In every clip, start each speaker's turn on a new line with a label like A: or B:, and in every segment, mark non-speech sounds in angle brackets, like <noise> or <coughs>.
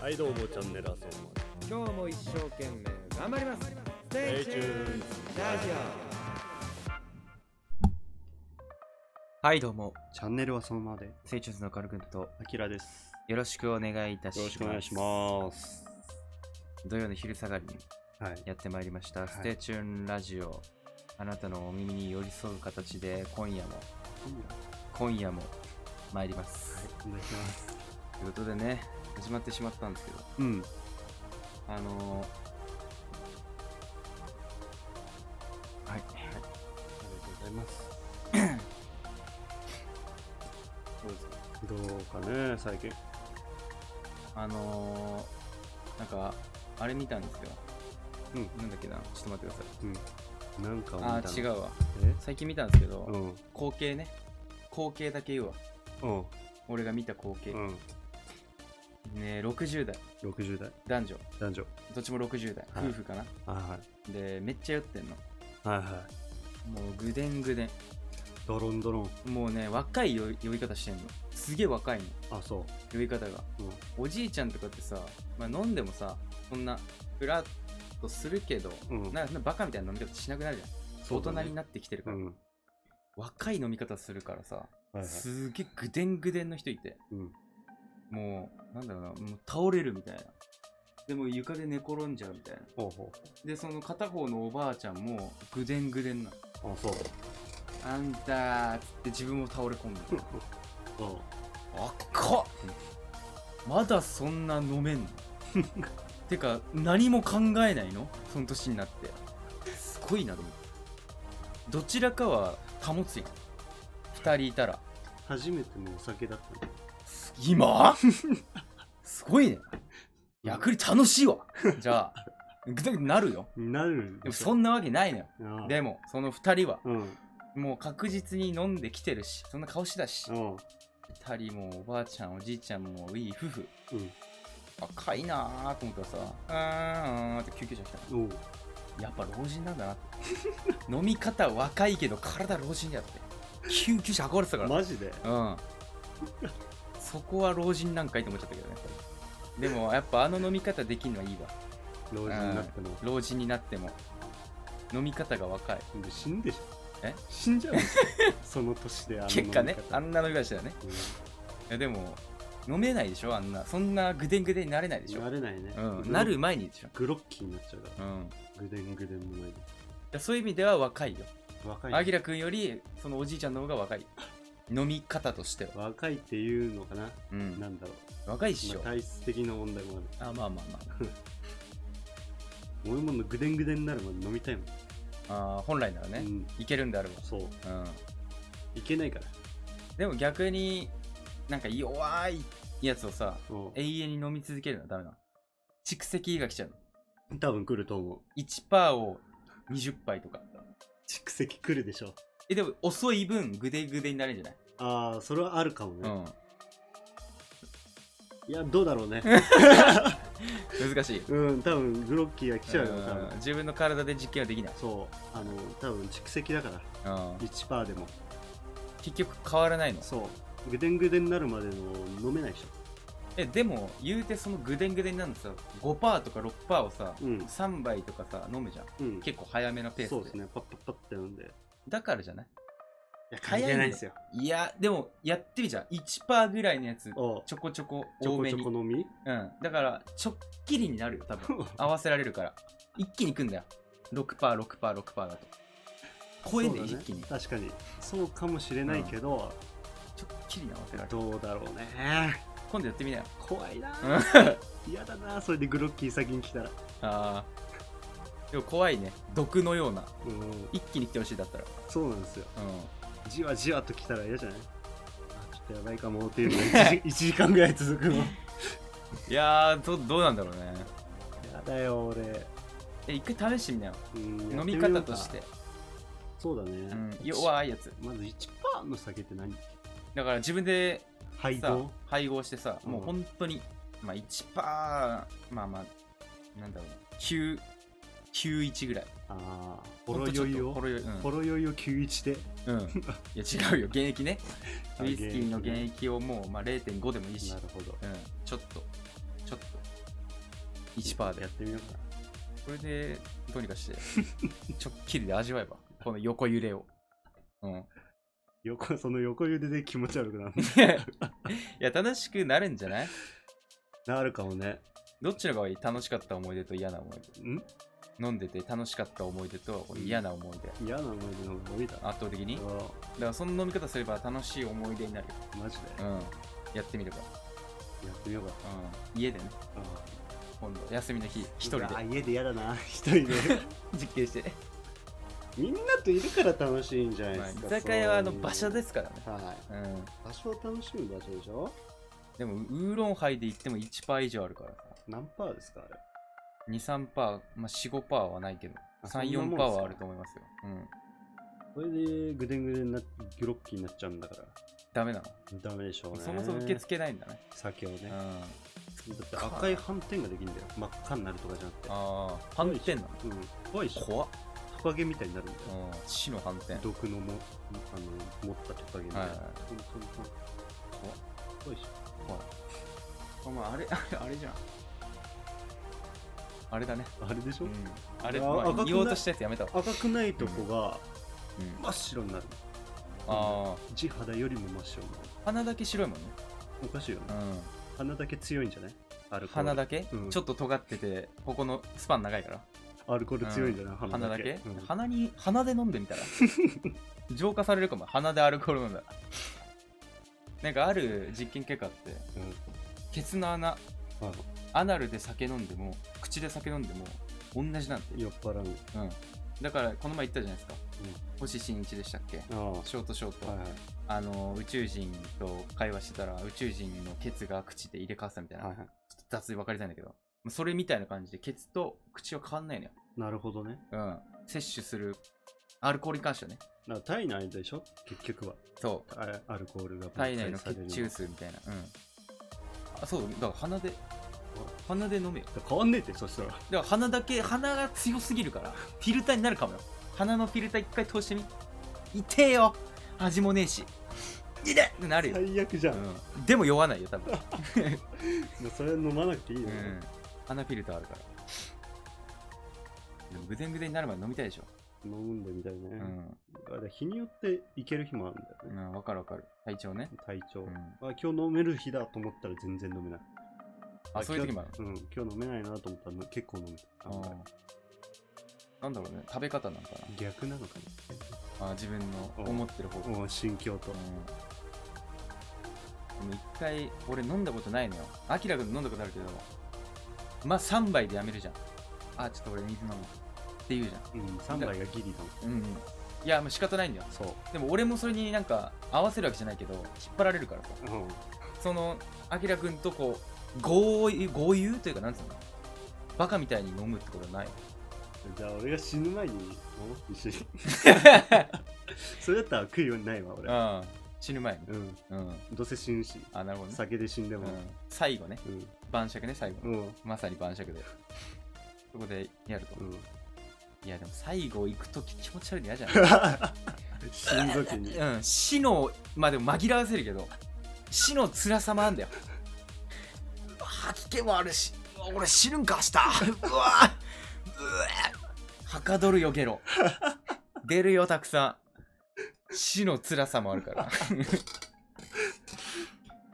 A: はいどうもチャンネルあそま
B: 今日も一生懸命頑張ります Stay ラ
A: Stay tuned.
B: ジオ
C: はい、どうも、
A: チャンネルはそのままで
C: セイチューズのカル君と
A: あきらです
C: よろしくお願いいたし
A: よ
C: ます。
A: ろしくお願いします
C: 土曜の昼下がりに
A: はい
C: やってまいりました。
A: い
C: ステーチューンラジオ。あなたのお耳に寄り添う形で、今夜も、今夜も参ります。
A: お願いします
C: ということでね、始まってしまったんですけど、
A: うん
C: あのー、は
A: あ
C: い、
A: りがとうござい <coughs> ます
C: どうですか。
A: どうかね最近
C: あのー、なんか、あれ見たんですよ。
A: うん
C: なんだっけな、ちょっと待ってください。
A: うんなんか
C: あー、違
A: う
C: うわ。
A: え
C: 最近見たんですけど、
A: うん
C: 光景ね光景だけ言うわ
A: うん
C: 俺が見た光景、
A: うん
C: ね60代
A: 60代
C: 男女
A: 男女
C: どっちも60代、
A: はい
C: 夫婦かな
A: は
C: でめっちゃ酔ってん
A: い
C: の
A: はいはい
C: もうぐでんぐで
A: ドロンドロン
C: んもうね若い酔い酔い方してんのすげえ若いの
A: あそ
C: 酔い方が
A: ううん
C: おじいちゃんとかってさ、まあ、飲んでもさそんなふらっとするけど
A: うん
C: なんかそんなバカみたいな飲み方しなくなるじゃん、
A: そうだね
C: 大人になってきてる
A: う
C: から、
A: ん
C: 若い飲み方するからさ、
A: はいはい
C: すげえぐでんぐでんの人いて
A: うん
C: もう、なんだろうな、もう倒れるみたいな。でも床で寝転んじゃうみたいな。
A: ほうほ
C: で、その片方のおばあちゃんも、ぐでんぐでんなの。
A: うあそう
C: あんたーっつって自分も倒れ込む
A: <laughs>
C: みたいな。
A: うん
C: あっかまだそんな
A: <laughs>
C: 飲めんのてか、何も考えないのその年になって。すごいな、でも。どちらかは保つよ。二人いたら。
A: 初めてのお酒だったね
C: 今すごいね。逆に楽しいわ。じゃあ、ぐだぐだなるよ。
A: なる
C: でもそんなわけないのよ。
A: な
C: で
A: も
C: も、その2人は、
A: うん
C: もう確実に飲んできてるし、そんな顔してたし
A: う、ん
C: 2人もおばあちゃん、おじいちゃんもいい夫婦、
A: うん
C: 赤いなーと思ったらさ、うーんって救急車来たの
A: おう
C: やっぱ老人なんだなって。飲み方若いけど体老人だって。救急車運ばれてたから。
A: マジで
C: うん。そこは老人なんかいと思っちゃったけどね。でもやっぱあの飲み方できるのはいいわ。
A: 老人になっても
C: 老人になっても。飲み方が若い。
A: で死んでしょ
C: え
A: 死んじゃ
C: <laughs>
A: うよその年であの
C: 結果ね
A: 飲み、方
C: あんな飲み方してたね。いやでも、飲めないでしょあんな。そんなぐでんぐでんになれないでし
A: うんな
C: ょ
A: れないね、
C: うん。なる前にでしょ。
A: グロッキーになっちゃうか
C: うん。
A: らぐでんぐでんもないで
C: だそういう意味では若いよ。
A: 若いね
C: あきらくんより、そのおじいちゃんの方が若い。飲み方としては。
A: 若いっていうのかな、
C: うん。
A: なんだろ
C: 若いっ
A: う、
C: し
A: ま
C: ょ
A: あ、。体質的な問題もある
C: あ、まあまあま
A: 俺ものぐでんぐでんになるまで飲みたいもん
C: あ。あー本来なら
A: う
C: ね、
A: ん、
C: いけるんであれ
A: そう
C: ば。うん。
A: いけないから
C: でも逆になんか弱いやつをさ
A: うん
C: 永遠に飲み続けるのはダメなの蓄積が来ちゃうの
A: 多分来ると思う
C: 1%を20杯とか
A: 蓄積来るでしょ
C: えでも遅い分グデグデになるんじゃない
A: ああそれはあるかもね、
C: う
A: いやどうだろうね
C: ん難しい
A: うん多分グロッキーが来ちゃうよ多
C: うん
A: 分
C: 自分の体で実験はできない、
A: そうあの多分蓄積だから
C: うん、
A: 1%でも
C: 結局変わらないの
A: そうぐでんぐでんになるまでの飲めないでし
C: えでも言うてそのグデングデになるのさ5%とか6%をさ
A: ょうん
C: 3杯とかさ飲むじゃん
A: うん
C: 結構早めのペースで
A: そうですねパッパッパッって飲んでい
C: だからじゃない
A: や
C: 早いん
A: 関
C: だよ
A: 係ないんですよ
C: いやでもやってるじゃん1%ぐらいのやつ
A: おう
C: ちょこちょこ
A: ちょ
C: 多
A: こ
C: め
A: ちょ
C: に
A: こ飲み
C: うん、だからちょっきりになるよ多分合わせられるから一気にいくんだよ 6%6%6% だと超えんだよ、
A: そうだ
C: 一気にちょ
A: 確かにそうかもしれないけど、
C: っきりに合わせられる
A: どうだろうね
C: 今度やってみなよ
A: 怖いな
C: うん
A: 嫌だなそれでグロッキー先に来たら
C: あーでも怖いね毒のような
A: うん
C: 一気に来てほしいだったら
A: そうなんですよ
C: う
A: じわじわと来たら嫌じゃないあちょっとやばいかもっていうのが 1, 時間ぐらい続くのや
C: んいやーどどうなんだろうね
A: だよ俺、
C: え一回試してみなよ
A: うん
C: 飲み方として
A: やっみようかそうだね、
C: う、ん、
A: い
C: 弱いやつ
A: まず1%の酒って何
C: だから自分で
A: 配
C: さ
A: 合
C: 配合してさ、もううん本当にまあ1パーまあまあなんだろうな9 91ぐらい
A: ああほろ酔い
C: ほ
A: を
C: ろ酔い、うん
A: ほろ酔いを91で <laughs>
C: うん、いや違うよ現役ね
A: あ
C: ウイスキーの
A: 現
C: 現
A: 役ね
C: 役をもう、まあ、0.5でもいいし、
A: ほど
C: うん、ちょっとちょっと1%
A: や
C: で
A: ってみようか
C: これでどうにかして <laughs> ちょっきりで味わえばこの横揺れをうん <laughs>
A: 横その横茹でで気持ち悪くなる
C: いやいや楽しくなるんじゃ <laughs> ない
A: なるかもね
C: どっちの方がいい楽しかった思い出と嫌な思い
A: ん
C: 出飲んでて楽しかった思い出と嫌な思い出
A: 嫌な思い出の方が多いだ
C: 圧倒的にだか
A: あ
C: らその飲み方すれば楽しい思い出になるよ
A: マジで
C: うんやってみれば、
A: やってみようか
C: うん、家でね
A: あ
C: 今度休みの日一人で
A: あ家で嫌だな一
C: <laughs>
A: 人で
C: 実験して、
A: みんなといるから楽しいんじゃない
C: まあ、
A: ですか、
C: 居酒屋はあ
A: そ
C: の
A: ういう
C: 馬車ですからね
A: はい
C: うん
A: 場所を楽しむ場所でしょ
C: でもウーロンハイで言っても1パー以上あるから
A: 何パーですかあれ
C: 23パー、まあ、45パーはないけど
A: あそんなもん
C: 34
A: です
C: パ
A: か
C: ーはあると思いますようん
A: これでぐでんぐでんなギョロッキーになっちゃうんだから
C: ダメな
A: ダメでしょう
C: の
A: ね
C: そもそも受け付けないんだね
A: 酒をね
C: うん
A: だ
C: あ
A: って赤い斑点ができるんだよ真っ赤になるとかじゃなくて
C: あ反転なの
A: うん怖いっしょ
C: 怖っ、
A: トカゲみたいになるんだよ
C: うん、死の反転
A: 毒のもあの持ったトカゲみたいな、
C: はいはい
A: 本当に怖い
C: 怖っ
A: 怖いっしょ
C: 怖いお前あれあれあれじゃんあれだね、
A: あれでし
C: う
A: ょ、
C: ん、あれ
A: あ
C: まあ
A: 赤くない
C: 言おうとしたやつやめたわ、
A: 赤くないとこが
C: うん、あ
A: 真っ白になる
C: あ
A: 地肌よりも真っ白になる
C: 鼻だけ白いもんね、
A: おかしいよね
C: うん、
A: 鼻だけ強いんじゃないアルコール
C: 鼻だけ、
A: うん
C: ちょっと尖っててここのスパン長いから
A: アルコール強いんじゃない、
C: 鼻だけ、
A: うん
C: 鼻に鼻で飲んでみ
A: <laughs>
C: たら浄化されるかも鼻でアルコール飲んだらなんかある実験結果あってケツの穴
A: うんはい
C: アナルで酒飲んでも口で酒飲んでも同じなんて、
A: 酔っ払う
C: うん、だからこの前言ったじゃないですか、
A: う
C: 星新一でしたっけ
A: ああは
C: ショートショート、
A: いはい
C: あの宇宙人と会話してたら宇宙人のケツが口で入れ替わってたみたいな、
A: はいは
C: ちょっと雑に分かりたいんだけどそれみたいな感じでケツと口は変わんないのよ
A: いなるほどね
C: うん、摂取するアルコールに関してはね
A: だから体内でしょ結局は
C: そう
A: あアルコールが分
C: 体内
A: 解
C: の
A: される
C: 血中数みたいなうんあそうだから鼻で鼻で飲めよ
A: 変わんねえってそしたら
C: だから鼻だけ鼻が強すぎるからフィルターになるかもよ鼻のフィルター一回通してみ痛えよ味もねえし痛えってなるよ、
A: 最悪じゃん、も
C: うん、でも酔わないよ多分、
A: うそれは飲まなくていいうよ、
C: ん、鼻フィルターあるからでもぐぜんぐぜんになるまで飲みたいでしょ
A: 飲んでみたいね、
C: うん、
A: あれ日によっていける日もあるんだよ
C: う
A: ね、
C: ん、分かる分かる体調ね、
A: 体調、
C: うん、
A: あ今日飲める日だと思ったら全然飲めない
C: あそういう時もある
A: 今日うん今日飲めないなと思ったらの結構飲めた
C: あーなんだろうね食べ方なのか
A: 逆なのか
C: なあー自分の思ってる方向
A: なもう心境と、
C: うん、でも一回俺飲んだことないのよアキラ君飲んだことあるけどまあ3杯でやめるじゃんあちょっと俺水飲むって言うじゃ
A: うん、3杯がギリだもん
C: んうんうんいやもう仕方ないんだよ
A: そう、
C: でも俺もそれになんか合わせるわけじゃないけど引っ張られるからさ
A: うん、
C: そのアキラ君とこう合意合流というかなんつうのバカみたいに飲むってことはない
A: じゃあ俺が死ぬ前に飲もう一緒 <laughs> にそれだったら悔いはないわ俺
C: うん死ぬ前に
A: うん
C: うん
A: どうせ死ぬし
C: あなるほどね、
A: 酒で死んで
C: う
A: も
C: ん、最後ね
A: うん
C: 晩酌ね最後
A: う
C: の
A: ん
C: まさに晩
A: <laughs>
C: 酌でそこでやると、
A: うん
C: いやでも最後行くとき気持ち悪いの嫌じゃ
A: 死ぬ時 <laughs> に
C: ないうん死のまあでも紛らわせるけど死の辛さもあんだよ吐き気もあるしうわ俺死ぬんか明
A: <laughs>
C: 日うわうわはかどるよ
A: <laughs>
C: ゲロ出るよたくさん死の辛さもあるから
A: <laughs>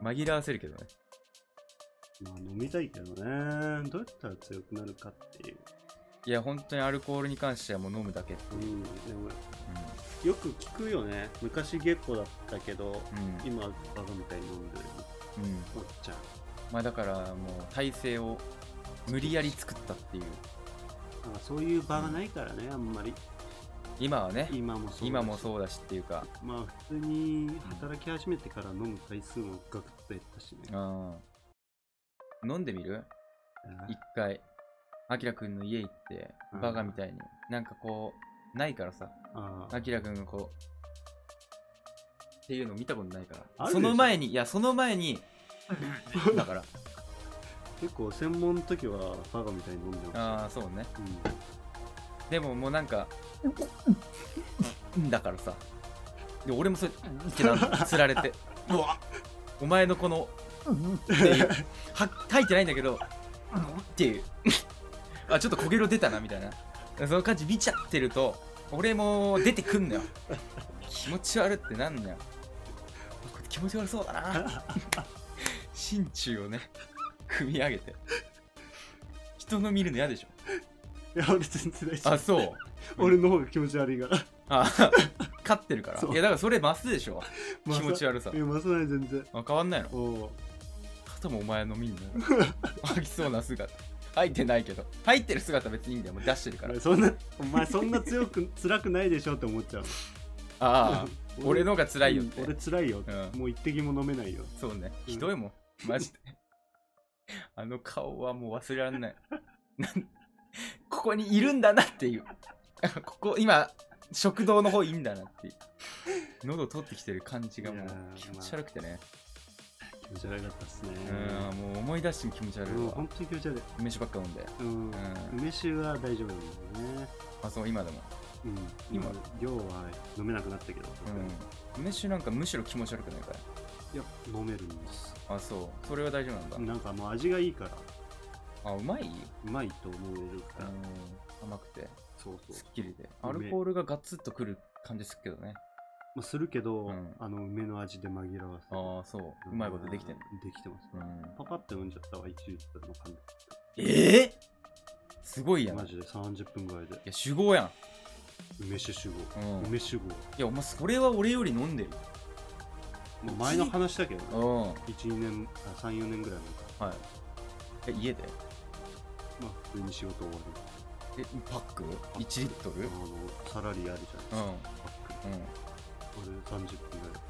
C: 紛らわせるけどね
A: まあ飲みたいけどねどうやったら強くなるかっていう、
C: いや本当にアルコールに関してはもう飲むだけ、
A: うん、でもよく聞くよね昔ゲッポだったけど
C: うんうん
A: 今バカみたいに飲んでる
C: うん、
A: おっちゃん
C: まあだからもう体勢を無理やり作ったっていう
A: なんかそういう場がないからねあんまり
C: 今はね
A: 今もそう
C: 今も
A: う
C: そうだしっていうか、
A: まあ普通に働き始めてから飲む回数もガクッと減ったしね
C: うん、飲んでみる一回あきらくんの家行って
A: うん
C: バカみたいになんかこうないからさ
A: ああ
C: あきらくんがこうっていうの見たことないか
A: あ
C: ら
A: るでし
C: そ
A: ょ
C: の前にいやその
A: <laughs>
C: 前にだから
A: 結構専門の時はバカみたいに飲んでました
C: ああそうねでももうなんかだからさで俺もそれってなん <laughs> だつられてうわお前のこの
A: うん <laughs>
C: っていうは吐いてないんだけどうんっていうあちょっと焦げろ出たなみたいなその感じ見ちゃってると俺も出てくんのよ気持ち悪ってなんのよこれ気持ち悪そうだな心中をね組み上げて人の見るの嫌でしょ
A: いや、俺全然大丈
C: あ
A: 夫。
C: そう
A: 俺の方が気持ち悪いから。
C: あ <laughs> 勝ってるから
A: そう
C: いやだからそれ増すでしょ気持ち悪さ
A: いや、まさない全然。
C: あ変わんないの
A: おお
C: 肩もお前の見 <laughs> んな吐きそうな姿入ってないけど入ってる姿別にいいんだよもう出してるから
A: う。そんな、お前そんな強く、辛くないでしょって思っちゃう。
C: ああ俺のが辛いよっ
A: うん <laughs> 俺
C: て
A: 辛いよって、
C: う
A: もう一滴も飲めないよ。
C: そうね
A: うん
C: ひどいもんマジで <laughs> あの顔はもう忘れられないなんここにいるんだなっていう <laughs> ここ今食堂の方いいんだなっていう喉取ってきてる感じがもう
A: いやー
C: 気持ち悪くてね、
A: 気持ち悪かったっすね。
C: うんもう思い出しても気持ち悪い
A: うん、
C: わ
A: 本当に気持ち悪い。
C: 梅酒ばっか飲んで
A: うん。梅酒は大丈夫なんだよね。
C: あそう今でも
A: うん。
C: 今
A: 今、量は飲めなくなったけど、
C: うん梅酒なんかむしろ気持ち悪くないかい
A: いや、飲めるんです。
C: あそうそれは大丈夫なんだ、
A: なんかもう味がいいから、
C: あうまい、
A: うまいと思えるから。
C: 甘くて
A: そうそう。
C: すっきり
A: め
C: で
A: え
C: アルコールがガツッとくる感じするけどね
A: まあ、するけど、
C: うん
A: あの、梅の味で紛らわせて。
C: ああそううまいことできてんの、
A: できてます。
C: うん、
A: パパって飲んじゃったわ、1リットルの缶で。
C: ええすごいやんい
A: マジで30分ぐらいで。
C: や酒豪やん、
A: 梅酒酒
C: う
A: 豪。
C: ん、い
A: 梅酒豪。
C: やお前それは俺より飲んでる
A: もう前の話だけど
C: う
A: ね、
C: んは
A: 1、2年、あ3、4年ぐらい前か
C: いえ家で
A: ら。まあ、普通に仕事終わ
C: えパック1リット
A: り。
C: ルう
A: あの、サラリーあるじゃな
C: んう
A: い
C: ん
A: ですか。俺30分ぐらいでパ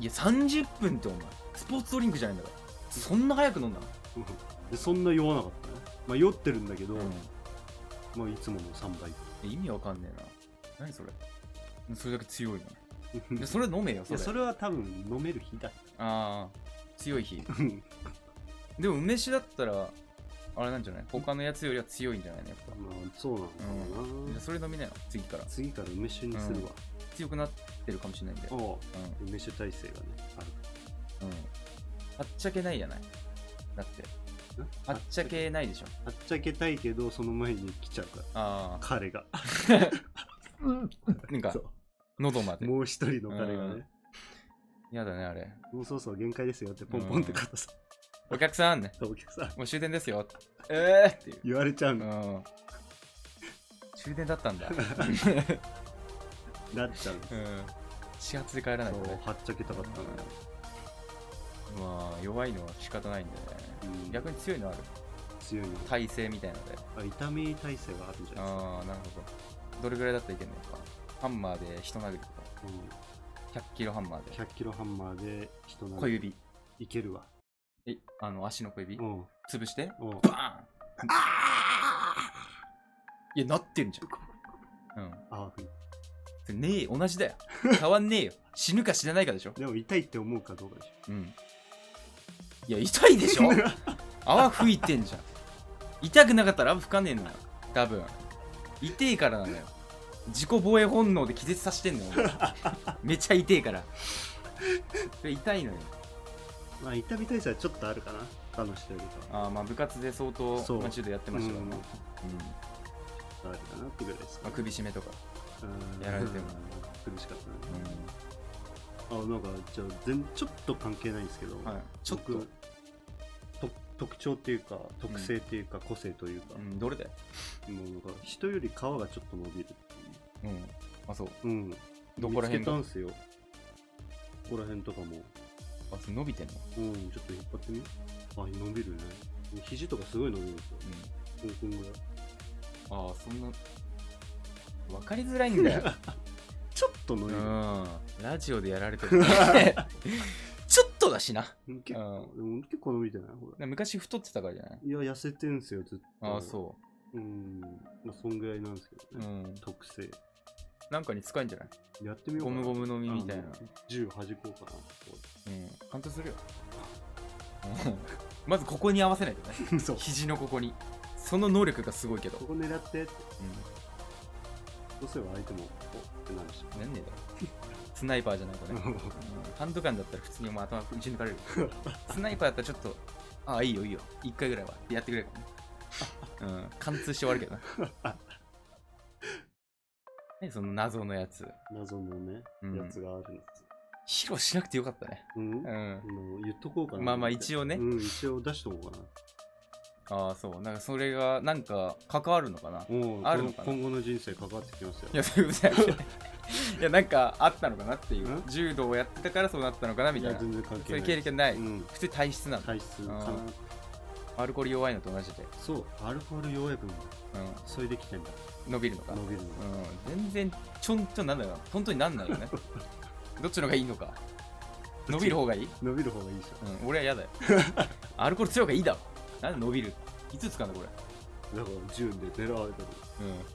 C: いや30分ってお前スポーツドリンクじゃないんだからそんな早く飲んだの
A: ッで、そんな酔わなかったね。まあ、酔ってるんだけど、
C: うん
A: まあ、いつもの3倍。
C: いや意味わかんねえな何それそれだけ強い
A: <laughs>
C: のでそれ飲めよ
A: い
C: そ
A: や
C: れ
A: それは多分飲める日だ。
C: ああ強い日
A: うん
C: でも梅酒だったらあれなんじゃない他のやつよりは強いんじゃないのやっぱ
A: <laughs> まあ、そうなんだろうな。
C: じゃあそれ飲みなよ次から
A: 次から梅酒にするわ。
C: 強くなってるかもしれないんで
A: おう
C: うん
A: 梅酒体制がね、ある
C: うんはっちゃけないじゃないだって
A: ん
C: はっちゃけないでしょ
A: はっちゃけたいけど、その前に来ちゃうから、
C: あ
A: 彼が。
C: あなんか
A: そ
C: 喉ま
A: う
C: で
A: もう一人の彼がね、
C: やだねあれ
A: もうそろそろ限界ですよってポンポンって肩さ、
C: お客さんね
A: お客さん
C: もう終電ですよええっていう
A: 言われちゃう
C: う
A: の、
C: ん終電だったん <laughs> だ
A: なっちゃうの。
C: うん始発で帰らないと
A: そう
C: ね
A: はっちゃけたかったのよ。
C: まあ弱いのは仕方ないんだよね
A: うん
C: 逆に強いのある
A: 強いの。
C: 体勢みたいなので
A: あ痛み体制があるんじゃない
C: ああなるほどどれぐらいだったらいけるのかハンマーで人殴りとか
A: で
C: 100キロハンマーです
A: か。うん、100キロハンマーで人な
C: 小
A: り
C: 指
A: いけるわ。
C: えあの足の小指
A: うん。
C: 潰して
A: うん
C: バーンいやなってんじゃんうん
A: あうん
C: それねえよ同じ <laughs> だよ変わんねえよ死ぬか死なないかでしょ
A: でも痛いって思うかどうかでし
C: うんいや痛いでしょ <laughs> 泡吹いてんじゃん痛くなかったら泡吹かねえのよ多分痛えからなのよ自己防衛本能で気絶させてんのよ
A: <laughs>
C: 俺めちゃ痛えからそれ痛いのよ
A: ょ。 <laughs> まあ、痛み体制はちょっとあるかな、他の人よりかは。
C: あーまあ部活で相当
A: そう
C: まあ、ちょっとやってましたからね
A: うん
C: うん
A: あるかなってぐらいですか
C: まあ、
A: ね、
C: 首絞めとか、
A: うん
C: やられても
A: 苦しかったね。あなんかじゃあ全ちょっと関係ないんですけど、
C: はい、ちょっと、
A: 僕と特徴っていうか特性っていうか個性というか
C: う、ん、どれだよ、
A: もうなんか人より皮がちょっと伸びるってい
C: うん、あそう
A: う、うん、
C: どこら辺
A: 見つけた
C: が
A: んすよここら辺とかも、
C: あそう伸びてんの、
A: うん、ちょっと引っ張ってみあ伸びるね肘とかすごい伸びるんですよ
C: う
A: こんこんぐらい
C: ん、ああそんな分かりづらい
A: <laughs>
C: んだよ
A: ちょっと伸びる
C: うんラジオでやられてる <laughs> ちょっとだしな
A: 結構でも結構伸びてないほら
C: 昔太ってたからじゃない
A: いや痩せてんすよずっと
C: ああそう
A: うんまあそんぐらいなんですけ
C: う、
A: ど
C: う
A: ね、
C: ん、
A: 特性
C: なんかに使えんじゃない
A: やってみよう
C: ゴ
A: かな
C: ムゴムの実みたいな、
A: 銃弾こうかな
C: うん、簡単するよ、うんまずここに合わせないとね
A: そう
C: 肘のここにその能力がすごいけど、
A: ここ狙ってって
C: う
A: そうすれば相手もおってなるし
C: ん、なんねえだろスナイパーじゃないとね
A: うん
C: うんハンドガンだったら普通にお前頭打ち抜かれるスナイパーだったらちょっとああいいよいいよ一回ぐらいはやってくれるからねうん貫通して終わるけどな <laughs> 何その謎のやつ
A: <laughs> 謎のね、
C: うん
A: やつがあるんですよ。
C: 披露しなくてよかったね
A: うん
C: うん
A: もう言っとこうかな。
C: まあまあ一応ね
A: うん、一応出しとこうかな。
C: ああそうなんかそれがなんか関わるのかない
A: もう
C: あるのかな
A: 今後の人生関わってきますよ。
C: やそう <laughs> いうことじゃなくていやなんかあったのかなっていうん柔道をやってたからそうなったのかなみたいなそ
A: 全然関
C: う
A: 係
C: い
A: な
C: う
A: い。
C: 経験ない、
A: うん、
C: 普通に体質なの
A: 体質か
C: あ
A: な。
C: アルコール弱いのと同じで、
A: そう、アルコールようやくそれできてんだ。
C: うん、伸びるのか
A: 伸びるのが。
C: うん、全然ちょんちょんなんだよ本当になんない
A: <laughs>
C: よねどっちの方がいいのか <laughs> 伸びる方がいい、
A: 伸びる方がいいでし
C: うん、俺
A: <laughs>
C: は嫌だよアルコール強い方がいいだろなんで伸びるいつ使うんだこれ
A: ょ。だから10で狙われたの。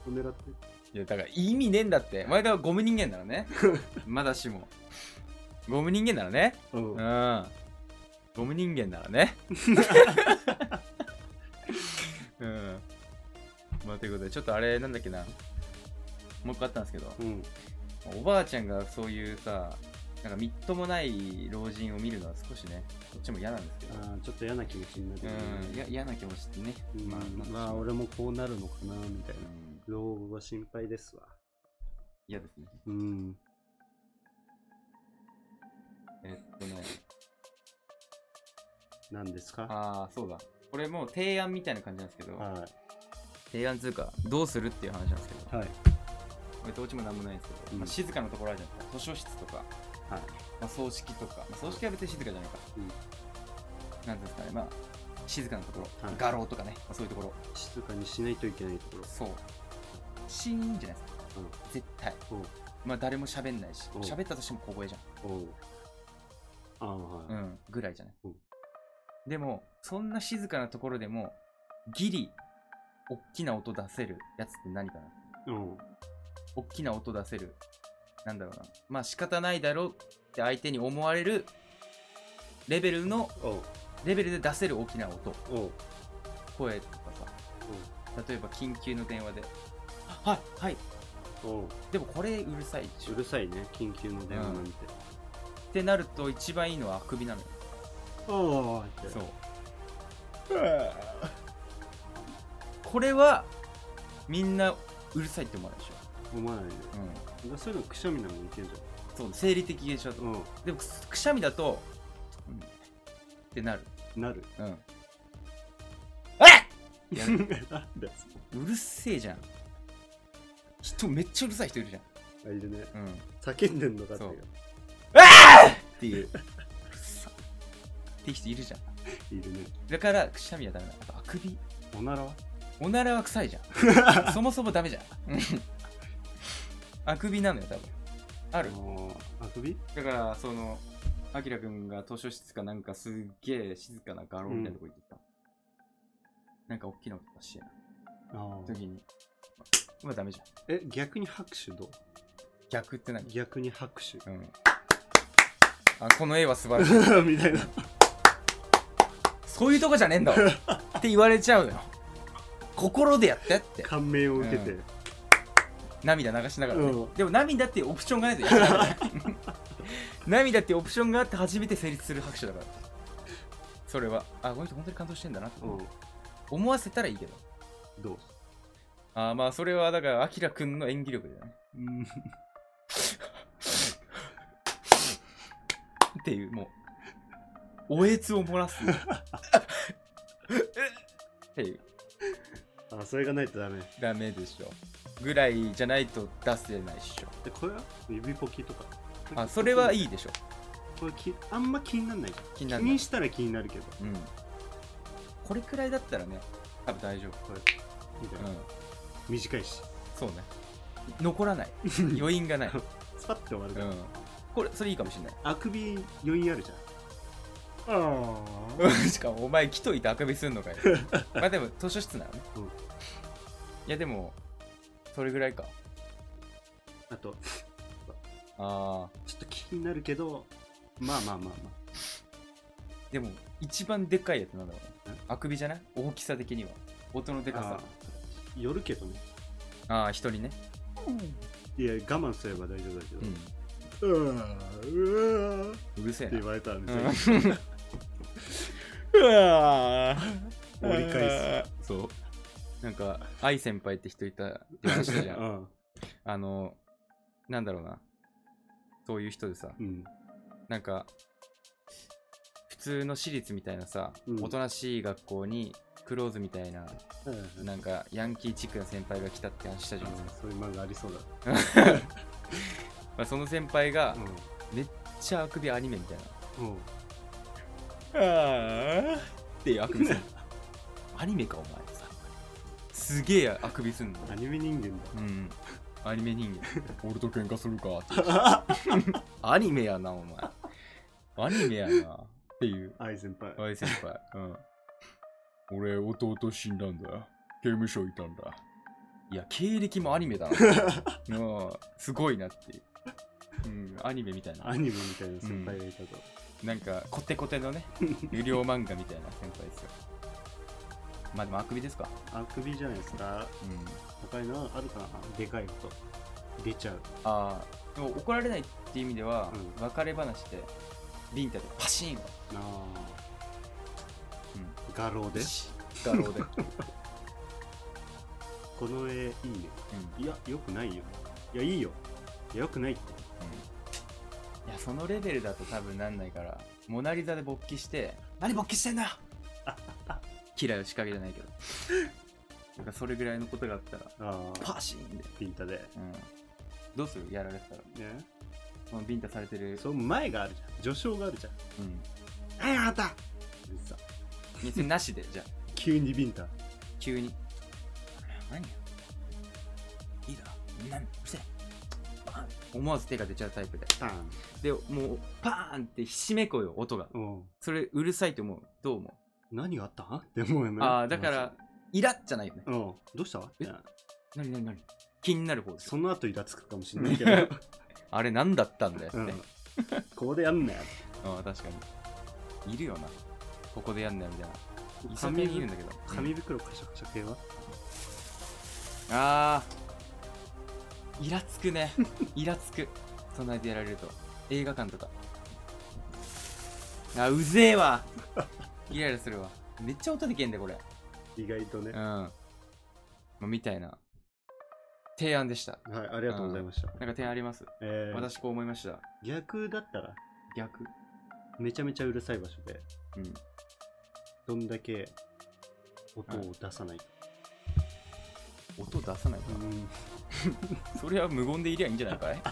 C: うん
A: 狙って。
C: いやだから意味ねえんだって前田はゴム人間な
A: <laughs>
C: らねまだしもゴム人間ならね
A: うん
C: うんゴム人間な
A: <laughs>
C: らねうんまあということでちょっとあれなんだっけなもう一個あったんですけど
A: うん。
C: おばあちゃんがそういうさなんかみっともない老人を見るのは少しねこっちも嫌なんですけど
A: ああ、ちょっと嫌な気持ちになるよね。
C: うんいや嫌な気持ちってね
A: うん
C: まあなんか
A: まあ、俺もこうなるのかな、みたいうな。
C: ん
A: 老後が心配ですわ。
C: 嫌ですね
A: うん。
C: えっとね
A: なんですか
C: ああそうだこれもう提案みたいな感じなんですけど
A: は
C: 提案つうかどうするっていう話なんですけど
A: い。はい。
C: 俺とおうちもなんもないんですけど、
A: うん
C: まあ、静かなところあるじゃないですか図書室とか、
A: はい
C: まあ、葬式とか、まあ、葬式は別に静かじゃないか、
A: うん
C: なんていうんですかねまあ静かなところ、
A: はい
C: 画廊とかね、まあ、そういうところ
A: 静かにしないといけないところ。
C: そうシーンじゃないですか
A: うん。
C: 絶対
A: おう
C: まあ誰も喋んないし
A: うん
C: 喋ったとしても小声じ
A: おうああ、はい。
C: ゃん、うん、ぐらいじゃない、
A: うん
C: でもそんな静かなところでもギリ大きな音出せるやつって何かな
A: うん。
C: 大きな音出せるなんだろうなまあ仕方ないだろうって相手に思われるレベルの
A: おう
C: レベルで出せる大きな音
A: おう
C: 声とかさ例えば緊急の電話で「あはいはい
A: おうおう
C: でもこれうるさいでしょ」
A: う
C: っ
A: るさいね、緊急の電話なんて。
C: てなると一番いいのはあくびなのよ
A: おうって。。
C: そううこれはみんなうるさいって思わないでしょ、
A: 思わないね。
C: うん、
A: だからそういうのくしゃみなもんいけんじ
C: そう生理的現象だ
A: ゃ
C: と
A: ん。うん。
C: でもくすくしゃみだと「うんってなる
A: なる。
C: うんあっやる
A: <laughs> なんだよ
C: うるせえじゃん人めっちゃうるさい人いるじゃ
A: あ、いるね。
C: ん、うん、っ
A: 叫んでんのかってい。
C: そうていううるさって人いるじゃん
A: いるね。
C: だからくしゃみはダメだあとあくび
A: おならは
C: おならは臭いじ <laughs> ゃんそもそもダメじゃんうんあくびなのよ多分ある
A: ああくび
C: だからそのあきらくんが図書室かなんかすっげえ静かな画廊みたいなとこ行ってた、なんか大きな音出して
A: ああ。
C: 時にまあダメじゃん
A: え、逆に拍手どう
C: 逆って何
A: 逆に拍手。
C: うんあこの絵は素晴らしい
A: <laughs> みたいな。
C: そういうとこじゃねえんだわって言われちゃうのよ心でやってって
A: 感銘を受けて。
C: うん涙流しながらね、
A: うん
C: でも涙っていうオプションがないとや <laughs> らない涙っていうオプションがあって初めて成立する拍手だからそれはあこの人本当に感動してんだなって
A: うん。
C: 思わせたらいいけど
A: どう
C: あーまあそれはだからあきらくんの演技力だよね
A: うん。
C: っていうもうおえつを漏ら
A: <laughs>
C: すっていう
A: あ、それがないとダメ。
C: ダメでしょぐらいじゃないと出せないでしょ
A: で、これは指ポキとか。
C: あそれはいいでしょ
A: これきあんま気にならないじゃん
C: 気になる
A: 気にしたら気になるけど
C: うんこれくらいだったらね多分大丈
A: これみたい
C: 夫
A: な
C: う
A: ん短いし
C: そうね残らない余韻がない、う
A: <laughs> スパッて終わるから、
C: ん、これそれいいかもしれない
A: あくび余韻あるじゃんああ
C: うん <laughs> しかもお前来といてあくびすんのか <laughs> よまあでも図書室なのね、
A: うん
C: いやでもそれぐらいか
A: あと
C: あ
A: ちょっと気になるけどまあまあまあま
C: ーでも一番でかいやつなんだろうね
A: ん
C: あくびじゃない大きさ的には音のでか
A: あ
C: さ
A: あー寄るけどね
C: ああー一人ね
A: いや我慢すれば大丈夫だけ
C: う
A: ど、うん、うわーうわーって
C: んうるせえな
A: 言われたらね、
C: うん
A: 最近
C: うわー
A: 折り返
C: す <laughs> そうなんか愛先輩って人いたって話したじ
A: <laughs>
C: ゃん
A: ん。
C: あのなんだろうなそういう人でさ
A: うん。
C: なんか普通の私立みたいなさ、
A: うん
C: おとなしい学校にクローズみたいな
A: うん
C: なんかヤンキーチックな先輩が来たって話したじゃん、ま
A: そういう漫画ありそうだ。
C: あ、その先輩
A: う。
C: が「シャークビアニメ」みたいなん
A: うん。
C: ああっていうあくびするアニメかお前さすげえあくびすんの
A: アニメ人間
C: うんアニメ人間俺と喧嘩するかって
A: だ。
C: <laughs> アニメやなお前アニメやなっていう
A: 愛先輩。
C: 愛先輩うん俺弟死んだんだよ刑務所いたんだいや経歴もアニメだな <laughs> うんすごいなっていううんアニメみたいな
A: アニメみたいな先輩がいたと。
C: なんかコテコテのね無料漫画みたいな先輩ですよまあでもあくびですか
A: あくびじゃないですか。
C: うん
A: 他に何あるかなでかいこと。出ちゃう。
C: ああでも怒られないっていう意味では、
A: う
C: 別れ話でビンタでパシーンは
A: なあ。
C: うん
A: 画廊で。
C: 画廊 <laughs> で、うん、
A: この絵いいね。いや、よくないよ。いや、いいよ。いや、よくないって。
C: いやそのレベルだと多分なんないからモナリザで勃起して何勃起してんだ嫌いを仕掛けじゃないけど <laughs> なんかそれぐらいのことがあったら
A: ああ。
C: パシーンで、
A: ピンタで。
C: うん、どうするやられてたら
A: ね。
C: そのビンタされてる
A: その前があるじゃん。序章があるじゃん。
C: うん
A: はい、あなたでさ、
C: 別になしでじゃあ
A: 急にビンタ。
C: 急に何やいいだろ何うるせえバーン思わず手が出ちゃうタイプで
A: ターン。
C: でもうパーンってひしめこよ音が
A: うん。
C: それうるさいと思うどう思う
A: 何があったって思うよね。
C: ああだからイラッじゃないよね
A: うん。どうした
C: え
A: いや
C: 何何何気になる方です
A: その後イラつくかもしれ
C: <laughs>
A: ないけど。
C: あれ何だったんだよって、
A: う
C: うん
A: ん。ここでやんな
C: <laughs>
A: よ。
C: ああ確かにいるよなここでやんなよみたいないそ
A: 紙
C: にいるんだけど
A: 紙袋カシャカシャ系は
C: あーイラつく <laughs> ねイラつくそんなでやられると映画館とかあうぜえわイライラするわめっちゃ音でけんだよこれ
A: 意外とね
C: うん、。まあ、みたいな提案でした
A: はい、ありがとうございました。
C: なんか提案あります、
A: えー、
C: 私こう思いました
A: 逆だったら、
C: 逆
A: めちゃめちゃうるさい場所で、
C: うん
A: どんだけ音を出さないか。
C: 音出さないか
A: うん。
C: それは無言でいりゃいいんじゃ <laughs> ないかい、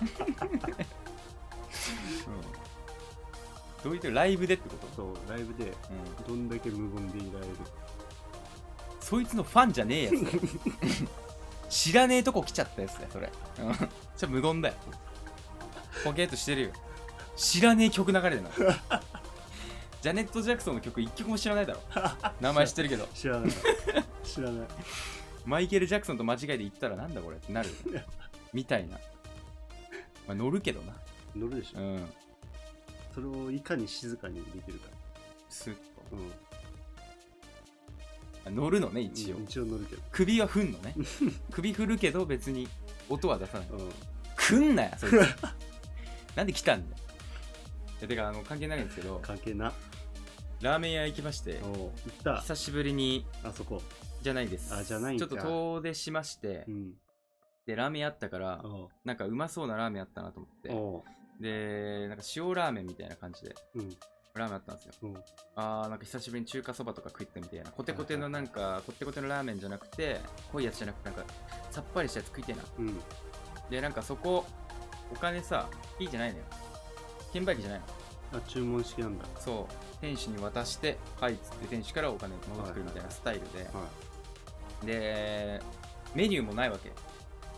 C: どういったライブでってこと、
A: そう、ライブで、
C: うん、
A: どんだけ無言でいられる
C: そいつのファンじゃねえやつだよ <laughs> 知らねえとこ来ちゃったやつだよそれうんちょ無言だよポケッとしてるよ知らねえ曲流れてるな <laughs> ジャネット・ジャクソンの曲一曲も知らないだろ名前知ってるけど
A: 知
C: <laughs>
A: らない。知らない。
C: マイケル・ジャクソンと間違えて言ったらなんだこれってなるよみたいな、まあ、乗るけどな
A: 乗るでしょ
C: う。ん
A: それをいかに静かにできるか。
C: スッと
A: うん。
C: あ乗るのね一応、
A: 一応乗るけど。
C: 首は振んのね首振るけど別に音は出
A: <laughs>
C: さない
A: うん。
C: 来んなよそいつ
A: <laughs>
C: なんで来たんだよいやてかあの関係ないんですけど
A: 関係な。
C: ラーメン屋行きまして
A: おお。行った。
C: 久しぶりに
A: あそこ。
C: じゃないです
A: あじゃないん
C: ち
A: か
C: ょっと遠出しまして、
A: うん。
C: でラーメン屋あったから
A: おう
C: なんかうまそうなラーメンあったなと思っ
A: おう。
C: てでなんか塩ラーメンみたいな感じで
A: うん。
C: ラーメンあったんですよ
A: うん。
C: あーなんか久しぶりに中華そばとか食ったみたいなコテコテのなんかコテコテのラーメンじゃなくて濃いやつじゃなくてなんかさっぱりしたやつ食いたいな
A: うん。
C: でなんかそこお金さいいじゃないのよ券売機じゃないの
A: あ、注文式なんだ。
C: そう店主に渡して「はい」っつって店主からお金戻ってくるみたいなスタイルで、
A: は
C: でメニューもないわけ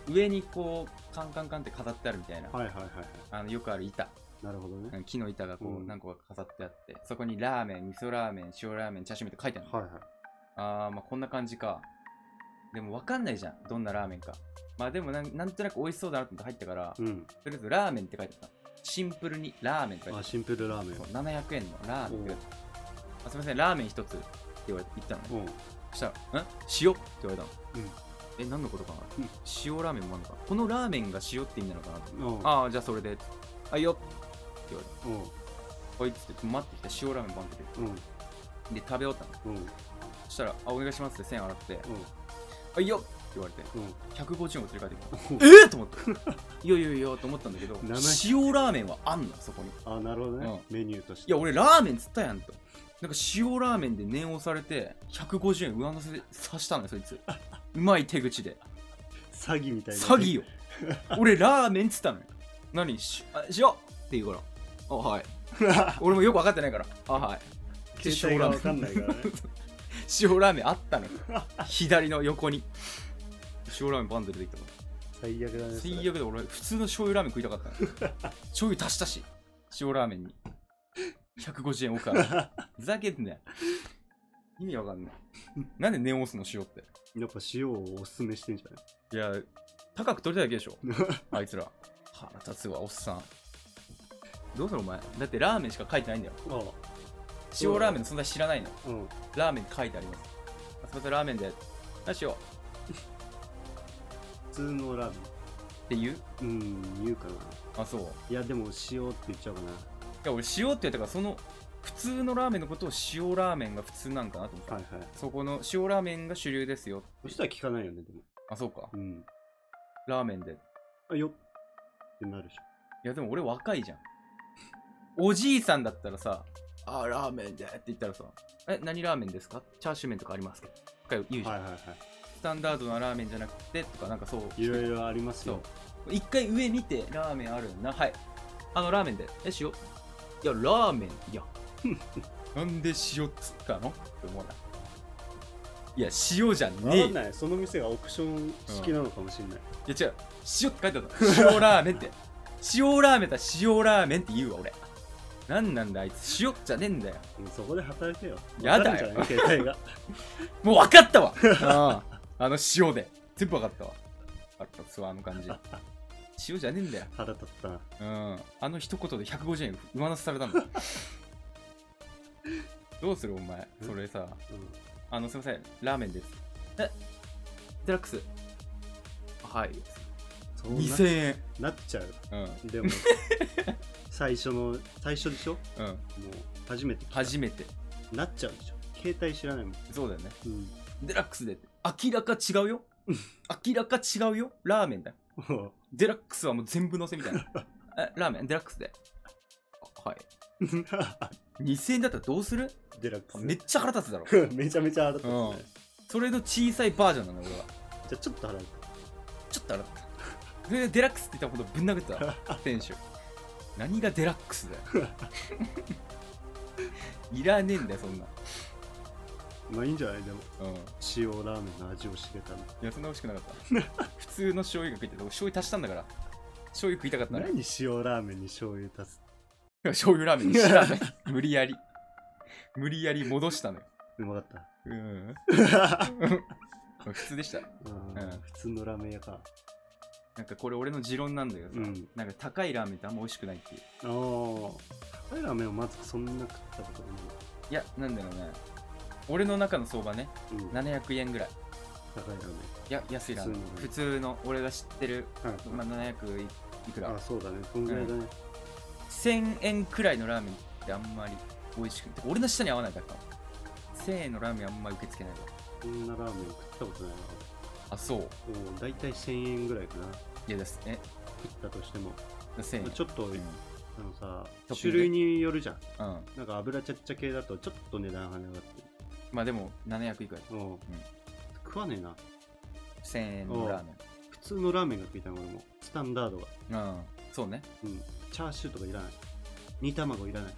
C: 上にこうカンカンカンって飾ってあるみたいな、
A: い。はいはいはいは
C: あのよくある板
A: い。なるほどね。
C: 木の板がこ
A: う
C: うん何個か飾ってあって、そこにラーメン味噌ラーメン塩ラーメンチャーシューメンって書いてあるの、
A: はいはい。
C: あーまあこんな感じかでも分かんないじゃんどんなラーメンかまあでもなんなんとなく美味しそうだなと思って入ったから、
A: うん。
C: とりあえずラーメンって書いてあったのシンプルにラーメンって書いてあった
A: あ、シンプルラーメン。
C: そう700円のラーメンって言われてあすみませんラーメン一つって言われて言ったの
A: お
C: ね
A: う。
C: そしたら「ん塩?」って言われたの、
A: うん
C: え何のことかな、
A: うん
C: 塩ラーメンもあるのかこのラーメンが塩って意味なのかなと
A: おう。
C: ああじゃあそれであいいよって言われ
A: おう。
C: てはいっつって待ってきた塩ラーメンバンって出て
A: うん。
C: で食べ終わったの
A: うんうん
C: そしたら「あお願いします」って線洗って「あいいよ」って言われて
A: うん
C: 150円を連れ帰ってきた
A: おう
C: えっ、と思って「いやいやいや」と思ったんだけど
A: 名前
C: 塩ラーメンはあんのそこに
A: あなるほどね、
C: う
A: メニューとして
C: いや俺ラーメンつったやんとなんか塩ラーメンで念を押されて150円上乗せさしたのよそ
A: <laughs>
C: いつうまい手口で
A: 詐欺みたいな
C: 詐欺よ俺ラーメンっつったのよ何しあ塩って言うからあはい
A: <laughs>
C: 俺もよく分かってないからあはい
A: 携帯がわかんないからね
C: 塩ラーメンあったのよ左の横に塩ラーメンバンド出てきたか
A: <laughs> 最悪だ
C: ら
A: ねそれ
C: 最悪で俺普通の醤油ラーメン食いたかったのよ醤油足したし塩ラーメンに150円多くあるふざけんなよ意味わかんないなんでネオスの塩って
A: やっぱ塩をおすすめしてんじゃない
C: いや高く取りたいだけでしょあいつら腹立つわおっさんどうするお前だってラーメンしか書いてないんだよ
A: あ
C: 塩ラーメンの存在知らないの
A: あうん
C: ラーメンに書いてありますあすいませんラーメンで何しよ
A: 普通のラーメ
C: うって言う
A: ンうん言うかな
C: あそう
A: いやでも塩って言っちゃうかない
C: や俺塩って言ったからその普通のラーメンのことを塩ラーメンが普通なんかなと思った、
A: はいはい
C: そこの塩ラーメンが主流ですよ
A: そしたら聞かないよねでも
C: あそうか
A: うん
C: ラーメンでい
A: あよっってなるでし
C: やでも俺若いじゃんおじいさんだったらさあーラーメンでって言ったらさえ何ラーメンですかチャーシュー麺とかありますかとか言うじ
A: ょ
C: ゃ
A: は
C: ん、
A: いはいは
C: スタンダードなラーメンじゃなくてとかなんかそう
A: いいろいろあります
C: そう
A: よ
C: 一回上見てラーメンあるなはいあのラーメンでえ塩いやラーメン
A: <laughs>
C: いやなんで塩っつったのって思うないや塩じゃね
A: わか
C: えよ
A: んないその店がオプション式なのかもしれない、
C: いや違う塩って書いてあったの塩ラーメンって塩ラーメンだ塩ラーメンって言うわ俺なんなんだあいつ塩じゃねえんだよ
A: うんそこで働けよ
C: やだよ
A: わかるんじゃない携帯が
C: もう分かったわあああの塩で全部分かったわあったつわあの感じ塩じゃねえんだよ
A: 腹立ったな
C: うん、あの一言で150円上乗せされたんだどうするお前それさ
A: うん
C: あのすいませんラーメンですえデラックスはい
A: そうな
C: 2000円
A: なっちゃう
C: うん
A: でも最初の最初でしょも
C: うん
A: う初めて
C: 初めて
A: なっちゃうでしょ携帯知らないもん、
C: そうだよね
A: うん、
C: デラックスでって明らか違うよ明らか違うよラーメンだよ
A: も
C: デラックスはもう全部乗せみたい <laughs> なえラーメンデラックスであはいう2000円だったらどうする
A: <laughs> デラックス
C: めっちゃ腹立つだろ
A: <laughs> めちゃめちゃ腹立つね、
C: うんそれの小さいバージョンなの俺は
A: じゃあちょっと腹立
C: ちょっとあれだそれでデラックスって言ったことぶん殴ってたわ店主何がデラックスだ <laughs> よいらねえんだよそんな
A: つまあいいんじゃないでも
C: うん
A: 塩
C: い
A: ラーメンの味を知れたの
C: やそんな美味しくなかった普通の醤油が食いてた俺醤油足したんだから醤油食いたかったね
A: 何塩ラーメンに醤油足す
C: <laughs> 醤油ラーメンにし
A: <laughs>
C: たね無理やり無理やり戻したのよ
A: うまかっ
C: うん <laughs>
A: た、
C: 普通でした
A: うん
C: うん
A: 普通のラーメン屋か
C: なんかこれ俺の持論なんだけどさ、
A: うん
C: なんか高いラーメンってあんま美味しくないっていう
A: ああ高いラーメンをまずそんな食ったこと
C: いやなんだろうね俺の中の相場ね
A: ない、うん、高い
C: 700円ぐらい
A: ラーメ
C: いや安いラーメン普
A: 普
C: 通の俺が知ってる、
A: ン、はい
C: まあ、700いいくら
A: あそうだねこんぐらいだね、
C: 1000円くらいのラーメンってあんまり美味しくてか俺の舌に合わないから1000円のラーメンあんまり受け付けないわ
A: こんなラーメン食ったことないな
C: あそう
A: うん大体1000円ぐらいかない
C: やですえ
A: 食ったとしても
C: 1000円
A: ちょっと、
C: うん
A: あのさ
C: トッピン
A: 種
C: グ
A: 類によるじゃん
C: うん
A: なんか油ちゃっちゃ系だとちょっと値段跳ね上がって
C: まあでも700いくら
A: うん、食わねえな
C: 1000円のラーメ
A: 普通のラーメンが食いたい俺もスタンダードが
C: ンうんそうね
A: うんチャーシューとかいらない煮卵いらない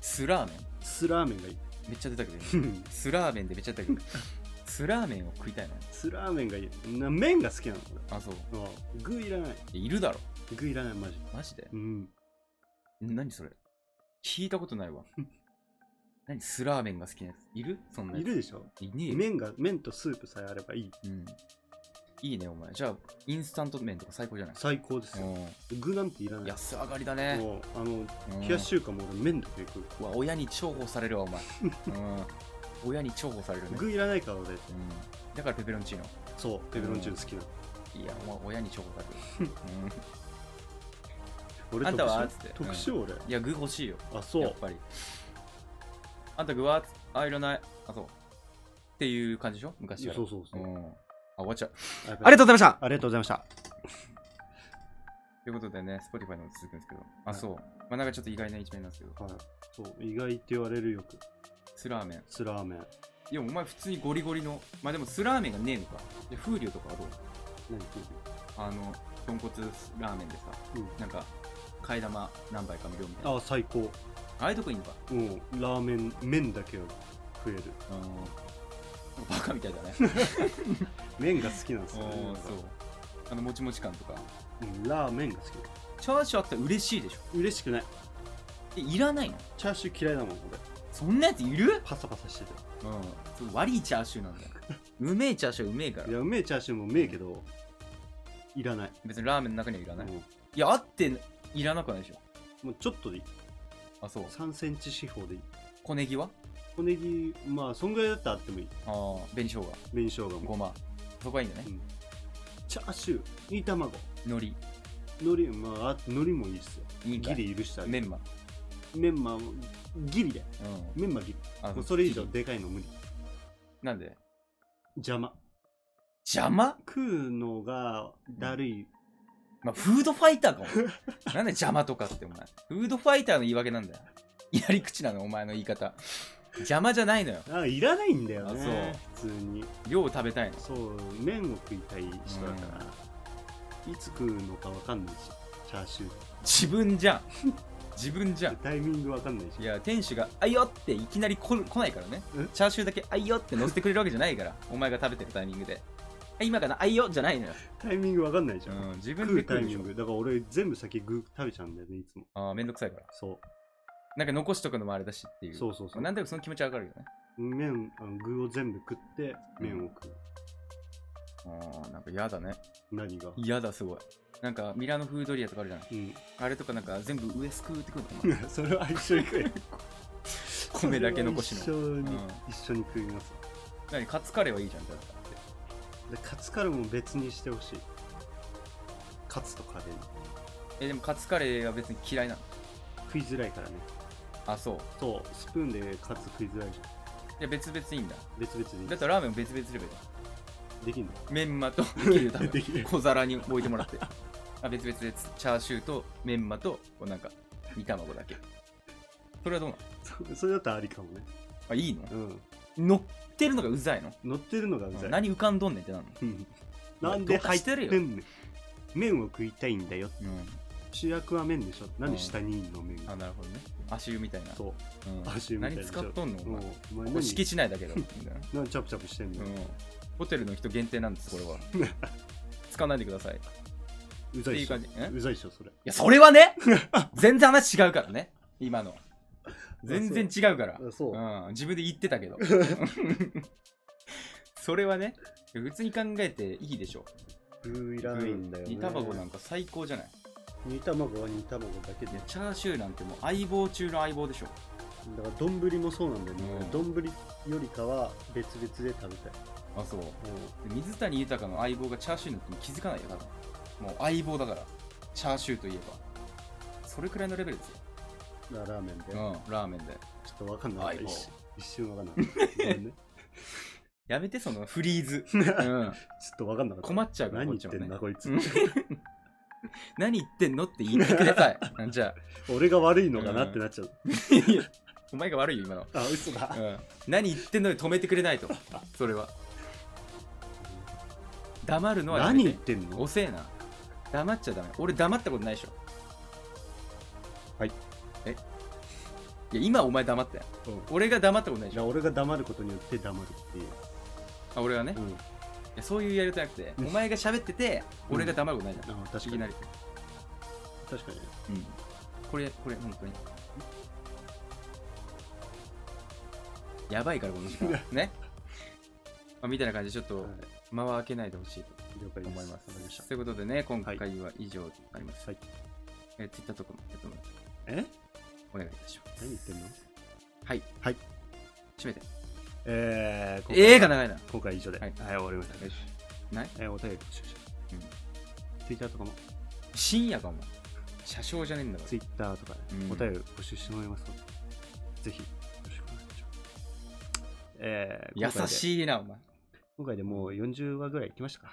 C: 酢ラーメン
A: 酢ラーメンがいい
C: めっちゃ出たけど今酢ラーメンでめっちゃ出たけど <laughs> 酢ラーメンを食いたいな
A: 酢ラーメンがいいな麺が好きなの
C: あそう
A: 俺うん具いらない
C: いるだろ
A: 具いらないマジ
C: マジで
A: うん
C: 何それ聞いたことないわ <laughs> 何酢ラーメンが好きなやついるそんなやつ
A: いるでしょ
C: いねえよ
A: 麺が麺とスープさえあればいい
C: うん。いいね、お前。じゃあ、インスタント麺とか最高じゃない
A: 最高ですよ
C: う
A: 具なんていら
C: ん。
A: ない
C: 安上がりだね。
A: もうあの
C: うん
A: 冷やし中華も俺麺だけ食う
C: うわ、親に重宝されるわ、
A: <laughs>
C: お前。うん。親に重宝されるね。
A: 具いらないから俺
C: うん。だからペペロンチーノ。
A: そうペペロンチーノ好きなの
C: いや、お前、親に重宝さ
A: <laughs>
C: れる。うん。
A: 俺
C: あんたは
A: 特
C: つって
A: 殊特殊俺
C: いや、具欲しいよ。
A: あそ
C: やっ
A: う
C: ぱり。あんた具はあいらないあそうっていう感じでしょ昔から
A: そうそうそう
C: うんあ終わっちゃ
A: あ
C: う
A: り
C: ありがとうございました
A: ありがとうございました
C: ということでね Spotify のも続くんですけどあそうまあなんかちょっと意外な一面なんですけど
A: はいそう意外って言われるよく
C: スラーメン
A: スラーメン
C: いやお前普通にゴリゴリのまあでもスラーメンがねえのかで風流とかはどう
A: 何
C: あの豚骨ラーメンでさ
A: うん
C: なんか替え玉何杯か無料みたいなあ
A: あ最高
C: あいうとこいいのか
A: もうラーメン麺だけが増える
C: うんバカみたい
A: <laughs>
C: だね
A: 麺が好きなんです
C: う
A: よ、ね
C: ん、そうあのもちもち感とか
A: うんラーメンが好き
C: チャーシューあったら嬉しいでしょ
A: 嬉しくない
C: えいらないの
A: チャーシュー嫌いだもん俺
C: そんなやついる
A: パサパサしてて
C: うん悪いチャーシューなんだようめえチャーシューうめえから
A: いやうめえチャーシューもうめえけど、いらない、
C: 別にラーメンの中にはいらない、
A: も
C: いうやあっていらなくはないでしょ
A: もうちょっとでいい
C: あそう
A: 3センチ四方でいい
C: 小ネギは
A: 小ネギまあそんぐらいだったらあってもいい
C: ああ紅生姜
A: 紅生姜も
C: ごまそこはいいんだね
A: チャーシュー煮卵
C: 海苔
A: 海苔まああ海苔もいいっすよ
C: いいんか
A: ギ
C: い
A: リ許してあげ
C: メ
A: る
C: ンマ
A: メンマギリで
C: うん
A: メンマギリ
C: あ
A: もうそれ以上でかいの無理
C: なんで
A: 邪魔
C: 邪魔
A: 食うのがだるい、
C: まあ、フードファイターかも。 <laughs> なんで邪魔とかってお前。フードファイターの言い訳なんだよ。やり口なの、お前の言い方。邪魔じゃないのよ。
A: あいらないんだよね普通に
C: 量を食べたいの。
A: そう麺を食いたい人だから、いつ食うのかわかんないしチャーシュー
C: 自分じゃん。自分じゃん。
A: タイミングわかんないし
C: いや、店主が、あいよっていきなり来る来ないからね
A: え。
C: チャーシューだけ、あいよって乗せてくれるわけじゃないから。お前が食べてるタイミングで。あ今かな、あいよじゃないのよ。
A: タイミングわかんないじ
C: う
A: ゃん、
C: ん、自分
A: 食
C: で
A: うタ
C: 来
A: イ
C: るで
A: ミ
C: しょ
A: ン。グだから俺全部先具食べちゃうんだよねいつも
C: ああ、めんどくさいから。
A: そ
C: なんか残しとくのもあれだしっていうう。
A: そうそうそう
C: なんとなくその気持ちはわかるよね。
A: 麺あの具を全部食って麺を食う、
C: ああ、なんか嫌だね。
A: 何が
C: 嫌だ、すごい。なんかミラノフードリアとかあるじゃない
A: うん
C: あれとかなんか全部上すくうってくる
A: <laughs>
C: の
A: それは一緒に食え
C: <laughs> 米だけ残し
A: それ
C: の。
A: は一緒に、
C: うん
A: 一緒に食います
C: 何カツカレーはいいじゃんだって。
A: でカツカレーも別にしてほしいカツとカレー
C: え、でもカツカレーは別に嫌いなの。
A: 食いづらいからね
C: あ、そう。
A: そうスプーンでカツ食いづらいじゃ
C: いや、別々いいんだ。
A: ん別々でいい
C: だったらラーメンを別々すればいいじ
A: できんの <laughs>
C: ゃん。メンマとできるよ多分
A: できる
C: 小皿に置いてもらって。あ別々でつチャーシューとメンマとこうなんか煮卵だけ。それはどうなの
A: そそれだったらありかもね
C: あ、いいの
A: うん
C: 乗ってるのがうざいの
A: 乗ってるのがうざい
C: 何浮かんどんねんってなるの
A: うんなんで入ってんね
C: ど
A: ん麺を食いたいんだよ
C: うん。
A: 主役は麺でしょなんで下にいんの麺が
C: あ、なるほどね。足湯みたいな。
A: そう
C: うん
A: 足湯みたいな
C: 何使っとんのお
A: もうお
C: 前
A: 前
C: これ
A: 何
C: 敷地内だ
A: <laughs>
C: けど。みたいな
A: なんでチャプチャプしてんの
C: うんホテルの人限定なんです、これは。
A: <laughs>
C: 使わないでください。っ
A: うざ
C: て
A: い
C: い
A: っ
C: う
A: しょ
C: 感じ。えい
A: うんうざいっしょそれ
C: や、それは
A: <laughs>
C: ね全然話違うからね。今の。全然違うから。
A: あそう
C: うん、自分で言ってた
A: <laughs>
C: けど。それはね、普通に考えていいでしょ。
A: ういらないんだよね
C: 煮卵なんか最高じゃない。
A: 煮卵は煮卵だけで
C: いや、チャーシューなんてもう相棒中の相棒でしょ。
A: だから丼もそうなんだよ
C: う
A: ね
C: ん
A: 丼よりかは別々で食べたい
C: あ、そう。で水谷豊の相棒がチャーシューなんてもう気づかないよ、多分。もう相棒だから。チャーシューといえば。それくらいのレベルですよ。
A: うんラーメンで
C: うん、ラーメンで。
A: ちょっとわかんない
C: 相棒
A: 一瞬一瞬わかんないごめんね <laughs>
C: やめて、そのフリーズ。う
A: <laughs>
C: ん、<laughs>
A: ちょっとわかんなかった
C: 困っちゃうから、
A: 何言ってんだ
C: こ
A: こい
C: っち
A: つ
C: もねうん何言ってんのって言ってく
A: <laughs>
C: ださい。うんじゃあ
A: 俺が悪いのかなってなっちゃう
C: いや、お前が悪いよ、今の。
A: あ嘘だ
C: うん、何言ってんのに止めてくれないと。それは。黙るのはや
A: 何
C: め。
A: 言っててんの
C: 遅えな。黙っちゃダメ。俺黙ったことないでしょ。
A: はい。
C: えいや、今お前黙ったよ。
A: うん
C: 俺が黙ったことないで
A: い
C: しょ。
A: や俺が黙ることによって黙るっていう、
C: あ俺はね、
A: う
C: い
A: ん、
C: や。そういうやりとなくて、お
A: うん
C: 前が喋ってて、
A: うん
C: 俺が黙ることないじゃん。
A: あ確
C: い
A: か
C: きな
A: に
C: り。
A: 確かに
C: うん、これこれ本当にやばいからこの
A: <laughs>
C: 時間ね、まあ、みたいな感じでちょっと
A: はい
C: 間は開けないでほしいと
A: 了解で
C: 思
A: す
C: いま
A: わかりまし
C: すということでね今回
A: は
C: は以上になります、
A: たはい
C: え Twitter とかもやってもらって
A: え
C: お願いいたします
A: 何言ってんの
C: はい
A: はい
C: 閉めて
A: えー、今回は
C: ええが長いな
A: 今回は以上では、
C: はいい
A: 終わりました
C: ない
A: えー、お便り募集し
C: うん
A: ツイッターとかも
C: 深夜かお前車掌じゃねえんだから
A: ツイッターとかで
C: うん
A: お便り募集してもらいますので、ぜひよろしくお願いしますえー
C: 優
A: い。
C: しいな、お前。
A: 今回でもう40話ぐらいいきましたか。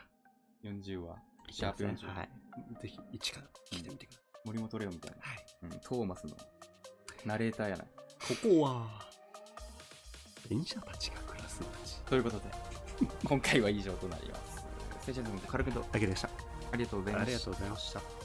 C: 40は、シャープ40。
A: はい。ぜひ、一から聞いてみてくださ
C: 森本レオみたいな。
A: い。はい。
C: うん、トーマスのナレーターやない。
A: ここは、演者たちが暮らす街。
C: ということ <laughs> で、今回は以上となります。ステーションズム
A: カルペント、あげでした。
C: ありがとうござい
A: あ
C: ま
A: りが
C: し
A: と。
C: た
A: うございました。